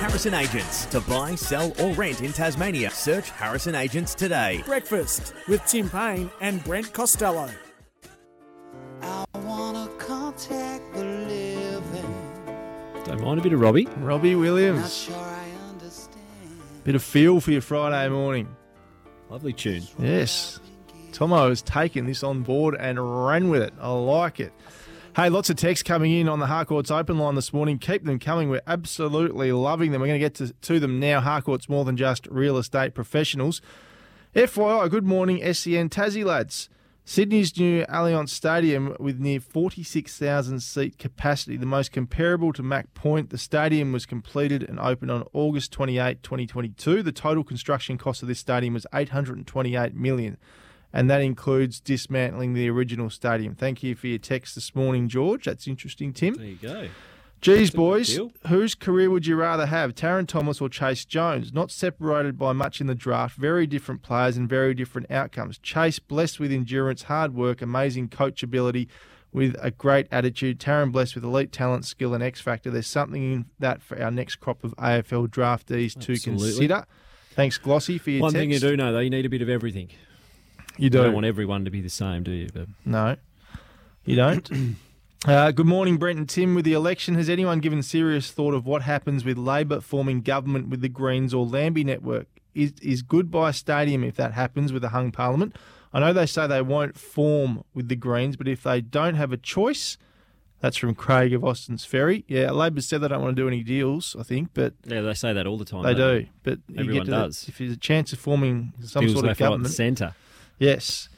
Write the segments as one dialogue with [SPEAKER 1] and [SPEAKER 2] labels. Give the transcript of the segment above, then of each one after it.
[SPEAKER 1] Harrison Agents. To buy, sell, or rent in Tasmania, search Harrison Agents today.
[SPEAKER 2] Breakfast with Tim Payne and Brent Costello.
[SPEAKER 3] I wanna contact the living.
[SPEAKER 4] Don't mind a bit of Robbie.
[SPEAKER 5] Robbie
[SPEAKER 3] Not
[SPEAKER 5] Williams.
[SPEAKER 3] sure I understand.
[SPEAKER 5] Bit of feel for your Friday morning.
[SPEAKER 4] Lovely tune.
[SPEAKER 5] Yes. Tomo has taken this on board and ran with it. I like it. Hey, lots of texts coming in on the Harcourt's open line this morning. Keep them coming. We're absolutely loving them. We're going to get to, to them now. Harcourt's more than just real estate professionals. FYI, good morning, SEN Tassie lads. Sydney's new Allianz Stadium with near 46,000 seat capacity, the most comparable to Mac Point. The stadium was completed and opened on August 28, 2022. The total construction cost of this stadium was 828 million, and that includes dismantling the original stadium. Thank you for your text this morning, George. That's interesting, Tim.
[SPEAKER 4] There you go.
[SPEAKER 5] Geez,
[SPEAKER 4] good
[SPEAKER 5] boys,
[SPEAKER 4] deal.
[SPEAKER 5] whose career would you rather have, Taron Thomas or Chase Jones? Not separated by much in the draft, very different players and very different outcomes. Chase, blessed with endurance, hard work, amazing coachability, with a great attitude. Taron, blessed with elite talent, skill, and X factor. There's something in that for our next crop of AFL draftees to
[SPEAKER 4] Absolutely.
[SPEAKER 5] consider. Thanks, Glossy, for your
[SPEAKER 4] One
[SPEAKER 5] text.
[SPEAKER 4] thing you do know, though, you need a bit of everything.
[SPEAKER 5] You
[SPEAKER 4] You
[SPEAKER 5] do.
[SPEAKER 4] don't want everyone to be the same, do you? But
[SPEAKER 5] No, you don't. Uh, good morning, Brent and Tim. With the election, has anyone given serious thought of what happens with Labor forming government with the Greens or Lambie network? Is is goodbye stadium if that happens with a hung parliament? I know they say they won't form with the Greens, but if they don't have a choice, that's from Craig of Austin's Ferry. Yeah, Labor said they don't want to do any deals, I think, but
[SPEAKER 4] yeah, they say that all the time.
[SPEAKER 5] they
[SPEAKER 4] don't
[SPEAKER 5] do. But you
[SPEAKER 4] Everyone
[SPEAKER 5] get to the-
[SPEAKER 4] does.
[SPEAKER 5] if there's a chance of forming some
[SPEAKER 4] Feels
[SPEAKER 5] sort of
[SPEAKER 4] left, right, and
[SPEAKER 5] government,
[SPEAKER 4] centre.
[SPEAKER 5] Yes.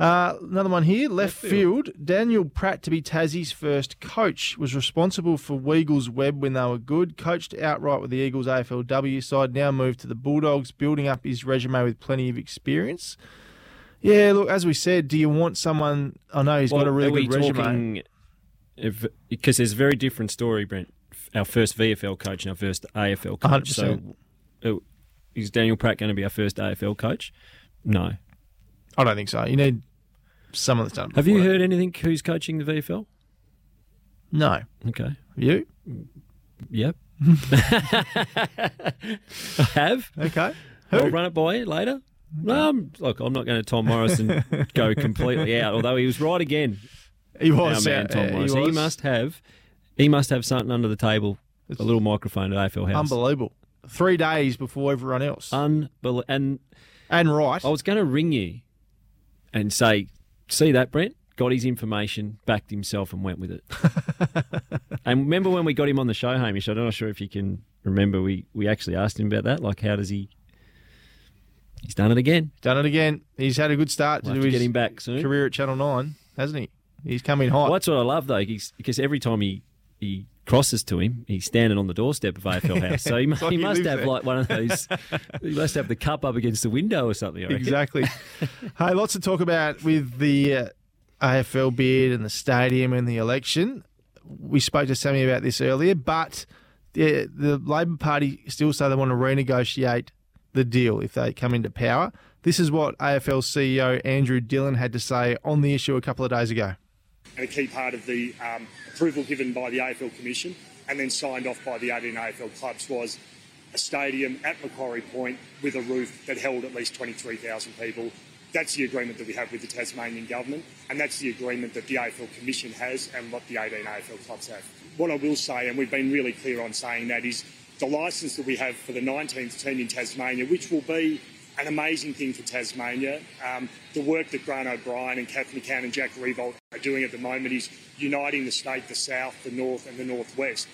[SPEAKER 5] Uh, another one here. Left field. Daniel Pratt to be Tassie's first coach was responsible for Weagles Webb when they were good. Coached outright with the Eagles AFLW side. Now moved to the Bulldogs, building up his resume with plenty of experience. Yeah, look, as we said, do you want someone? I know he's got a
[SPEAKER 4] are
[SPEAKER 5] really
[SPEAKER 4] we
[SPEAKER 5] good resume.
[SPEAKER 4] talking? Because there's a very different story, Brent. Our first VFL coach and our first AFL coach.
[SPEAKER 5] 100%.
[SPEAKER 4] So, uh, is Daniel Pratt going to be our first AFL coach? No.
[SPEAKER 5] I don't think so. You need someone that's done. it
[SPEAKER 4] Have you
[SPEAKER 5] before.
[SPEAKER 4] heard anything? Who's coaching the VFL?
[SPEAKER 5] No. Have
[SPEAKER 4] Okay.
[SPEAKER 5] you?
[SPEAKER 4] Yep. I have.
[SPEAKER 5] Okay.
[SPEAKER 4] I'll run it by you later. No, I'm, look, I'm not going to Tom Morrison go completely out. Although he was right again,
[SPEAKER 5] He
[SPEAKER 4] our
[SPEAKER 5] was.
[SPEAKER 4] man
[SPEAKER 5] uh,
[SPEAKER 4] Tom
[SPEAKER 5] he
[SPEAKER 4] Morrison. He,
[SPEAKER 5] was.
[SPEAKER 4] must have, he must have something under the table, a little microphone at AFL House.
[SPEAKER 5] Unbelievable. Three days before everyone
[SPEAKER 4] Uh,
[SPEAKER 5] else.
[SPEAKER 4] Unbel- and
[SPEAKER 5] and right.
[SPEAKER 4] I was going to ring you and say, see that Brent got his information, backed himself, and went with it. and remember when we got him on the show, Hamish? I'm not sure if you can remember. We we actually asked him about that. Like, how does he? He's done it again.
[SPEAKER 5] Done it again. He's had a good start
[SPEAKER 4] We'll
[SPEAKER 5] to
[SPEAKER 4] have
[SPEAKER 5] do
[SPEAKER 4] to
[SPEAKER 5] his
[SPEAKER 4] get him back soon.
[SPEAKER 5] career at Channel 9, hasn't he? He's coming hot.
[SPEAKER 4] Well, that's what I love though, he's, because every time he he crosses to him, he's standing on the doorstep of AFL House. So he, mu-
[SPEAKER 5] like
[SPEAKER 4] he
[SPEAKER 5] he
[SPEAKER 4] must
[SPEAKER 5] lives
[SPEAKER 4] have
[SPEAKER 5] there.
[SPEAKER 4] like one of those. he must have the cup up against the window or something. I reckon.
[SPEAKER 5] Exactly. hey, lots to talk about with the uh, AFL beard and the stadium and the election. We spoke to Sammy about this earlier, but the, the Labor Party still say they want to renegotiate the deal if they come into power. This is what AFL CEO E Andrew Dillon had to say on the issue a couple of days ago.
[SPEAKER 6] and a key part of the um, approval given by the AFL Commission and then signed off by the 18 AFL clubs was a stadium at Macquarie Point with a roof that held at least 23,000 people. That's the agreement that we have with the Tasmanian government, and that's the agreement that the AFL Commission has and what the 18 AFL clubs have. What I will say, and we've been really clear on saying that, is the licence that we have for the 19th team in Tasmania, which will be an amazing thing for Tasmania. Um, the work that Grant O'Brien and Kath McCann and Jack Revolt are doing at the moment is uniting the state, the south, the north, and the northwest.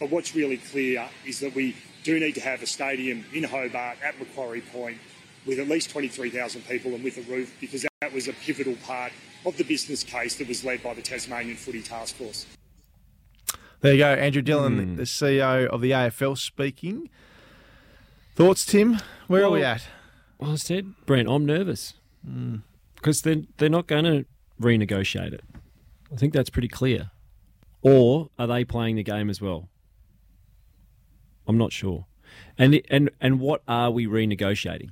[SPEAKER 6] But what's really clear is that we do need to have a stadium in Hobart at Macquarie Point with at least 23,000 people and with a roof because that was a pivotal part of the business case that was led by the Tasmanian Footy Task Force.
[SPEAKER 5] There you go, Andrew Dillon,
[SPEAKER 4] Hmm.
[SPEAKER 5] the CEO of the AFL, speaking. Thoughts, Tim? Where are we
[SPEAKER 4] Well-
[SPEAKER 5] at?
[SPEAKER 4] Well, I said, Brent, I'm nervous because they're, they're not going to renegotiate it. I think that's pretty clear. Or are they playing the game as well? I'm not sure. And it- and and what are we renegotiating?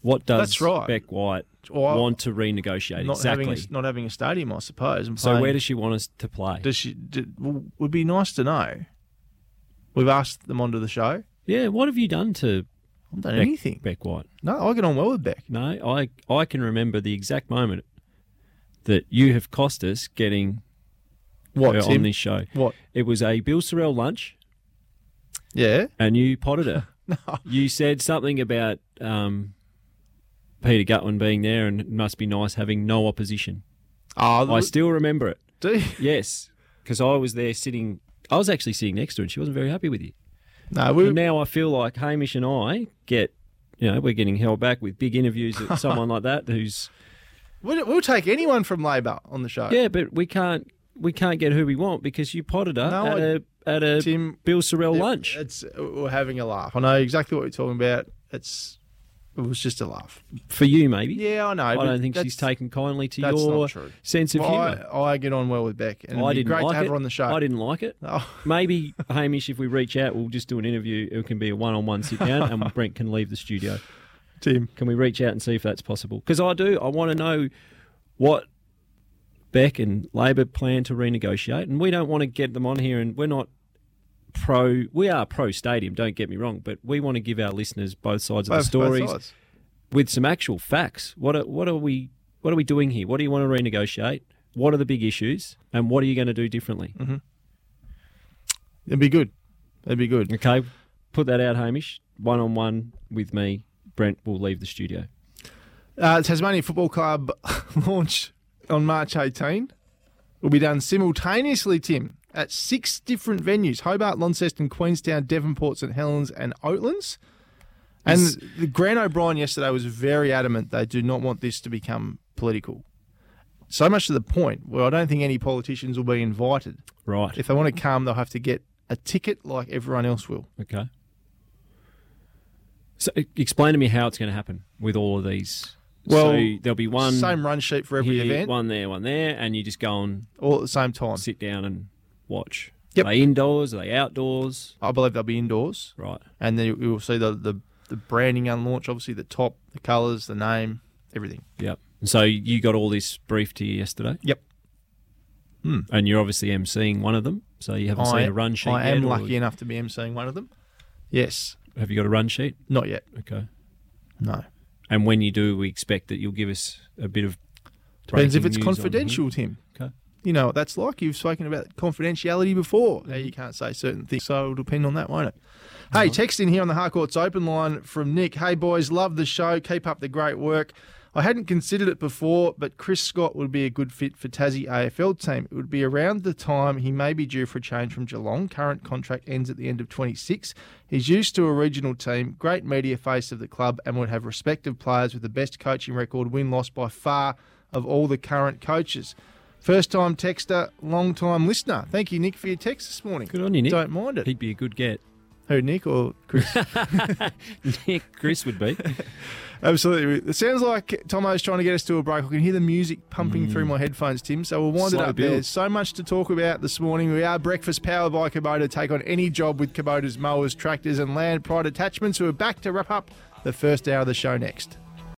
[SPEAKER 4] What does
[SPEAKER 5] That's right.
[SPEAKER 4] Beck White
[SPEAKER 5] Or-
[SPEAKER 4] want to renegotiate
[SPEAKER 5] Not
[SPEAKER 4] exactly?
[SPEAKER 5] having a, not having a stadium, I suppose. and
[SPEAKER 4] so
[SPEAKER 5] playing-
[SPEAKER 4] where does she want us to play?
[SPEAKER 5] does she? Did, well, would be nice to know. We've asked them onto the show.
[SPEAKER 4] yeah, what have you done to
[SPEAKER 5] I haven't done
[SPEAKER 4] Beck,
[SPEAKER 5] anything.
[SPEAKER 4] Beck White?
[SPEAKER 5] No, I get on well with Beck.
[SPEAKER 4] No, I I can remember the exact moment that you have cost us getting
[SPEAKER 5] What,
[SPEAKER 4] her
[SPEAKER 5] Tim?
[SPEAKER 4] on this show.
[SPEAKER 5] What?
[SPEAKER 4] It was a Bill Sorrell lunch,
[SPEAKER 5] Yeah.
[SPEAKER 4] and you potted her. You said something about um, Peter Gutwin being there, and it must be nice having no opposition.
[SPEAKER 5] Oh,
[SPEAKER 4] Ah, I still remember it.
[SPEAKER 5] do you?
[SPEAKER 4] Yes, because I was there sitting. I was actually sitting next to her, and she wasn't very happy with you.
[SPEAKER 5] No, we,
[SPEAKER 4] And now I feel like Hamish and I get, you know, we're getting held back with big interviews of someone like that who's
[SPEAKER 5] we'll, we'll take anyone from Labor on the show.
[SPEAKER 4] Yeah, but we can't we can't get who we want because you potted her
[SPEAKER 5] No,
[SPEAKER 4] at
[SPEAKER 5] I-
[SPEAKER 4] a at a
[SPEAKER 5] Tim-
[SPEAKER 4] Bill Sorrell
[SPEAKER 5] It-
[SPEAKER 4] lunch.
[SPEAKER 5] It's we're having a laugh. I know exactly what you're talking about. It's it was just a laugh.
[SPEAKER 4] For you maybe.
[SPEAKER 5] Yeah, I know.
[SPEAKER 4] I
[SPEAKER 5] but
[SPEAKER 4] don't think
[SPEAKER 5] that's-
[SPEAKER 4] she's taken kindly to
[SPEAKER 5] that's not
[SPEAKER 4] your
[SPEAKER 5] true.
[SPEAKER 4] sense of
[SPEAKER 5] Well,
[SPEAKER 4] humour.
[SPEAKER 5] I, I get on well with Beck, and
[SPEAKER 4] I,
[SPEAKER 5] it'd be
[SPEAKER 4] didn't
[SPEAKER 5] great
[SPEAKER 4] like
[SPEAKER 5] to have
[SPEAKER 4] it.
[SPEAKER 5] her on the show.
[SPEAKER 4] I didn't like it.
[SPEAKER 5] Oh,
[SPEAKER 4] Maybe Hamish, if we reach out, we'll just do an interview. It can be a one-on-one sit down, and Brent can leave the studio.
[SPEAKER 5] Tim.
[SPEAKER 4] Can we reach out and see if that's possible? Because I do. I want to know what Beck and Labor plan to renegotiate, and we don't want to get them on here. And we're not pro. We are pro stadium. Don't get me wrong, but we want to give our listeners both sides of
[SPEAKER 5] Both-
[SPEAKER 4] the
[SPEAKER 5] both
[SPEAKER 4] stories
[SPEAKER 5] sides.
[SPEAKER 4] with some actual facts. What are, what are we what are we doing here? What do you want to renegotiate? What are the big issues, and what are you going to do differently?
[SPEAKER 5] Mm-hmm. It'd be good. It'd be good.
[SPEAKER 4] Okay, put that out, Hamish. One on one with me, Brent will leave the studio.
[SPEAKER 5] Uh, Tasmania Football Club launch on March 18 will be done simultaneously, Tim, at six different venues Hobart, Launceston, Queenstown, Devonport, St Helens, and Oatlands. And the Grant O'Brien yesterday was very adamant they do not want this to become political. So much to the point where I don't think any politicians will be invited.
[SPEAKER 4] Right.
[SPEAKER 5] If they want to come, they'll have to get a ticket like everyone else will.
[SPEAKER 4] Okay. So e- explain to me how it's going to happen with all of these.
[SPEAKER 5] Well,
[SPEAKER 4] so there'll be one
[SPEAKER 5] Same run sheet for every
[SPEAKER 4] here,
[SPEAKER 5] event,
[SPEAKER 4] one there, one there, and you just go and
[SPEAKER 5] all at the same time.
[SPEAKER 4] sit down and watch.
[SPEAKER 5] Yep.
[SPEAKER 4] Are they indoors? Are they outdoors?
[SPEAKER 5] I believe they'll be indoors.
[SPEAKER 4] Right.
[SPEAKER 5] and then you you will see the, the the branding on launch, obviously the top, the colours, the name, everything.
[SPEAKER 4] Yep. So you got all this briefed to you yesterday,
[SPEAKER 5] Yep.
[SPEAKER 4] and you're obviously emceeing one of them. So you haven't
[SPEAKER 5] I,
[SPEAKER 4] seen a run sheet.
[SPEAKER 5] I
[SPEAKER 4] yet,
[SPEAKER 5] am
[SPEAKER 4] or
[SPEAKER 5] lucky enough to be emceeing one of them. Yes,
[SPEAKER 4] Have you got a run sheet?
[SPEAKER 5] not yet.
[SPEAKER 4] Okay.
[SPEAKER 5] No.
[SPEAKER 4] And when you do, we expect that you'll give us a bit of.
[SPEAKER 5] Depends if
[SPEAKER 4] breaking
[SPEAKER 5] it's
[SPEAKER 4] news on
[SPEAKER 5] confidential, Tim.
[SPEAKER 4] who- Okay.
[SPEAKER 5] You know what that's like. You've spoken about confidentiality before. Now you can't say certain things, so it'll depend on that, won't it? Hey,
[SPEAKER 4] Uh-huh.
[SPEAKER 5] text in here on the Harcourt's open line from Nick. Hey, boys, love the show. Keep up the great work. I hadn't considered it before, but Chris Scott would be a good fit for Tassie AFL team. It would be around the time he may be due for a change from Geelong. Current contract ends at the end of 26. He's used to a regional team, great media face of the club, and would have respective players with the best coaching record, win loss by far of all the current coaches. First time texter, long time listener. Thank you, Nick, for your text this morning.
[SPEAKER 4] Good on you, Nick.
[SPEAKER 5] Don't mind it.
[SPEAKER 4] He'd be a good get.
[SPEAKER 5] Who, Nick or Chris?
[SPEAKER 4] Nick, Chris would be.
[SPEAKER 5] Absolutely. It sounds like Tomo's trying to get us to a break. I can hear the music pumping through my headphones, Tim. So we'll wind
[SPEAKER 4] Mm. Slow
[SPEAKER 5] it up
[SPEAKER 4] build.
[SPEAKER 5] there. So much to talk about this morning. We are breakfast powered by Kubota. Take on any job with Kubota's mowers, tractors, and land pride attachments. We're back to wrap up the first hour of the show next.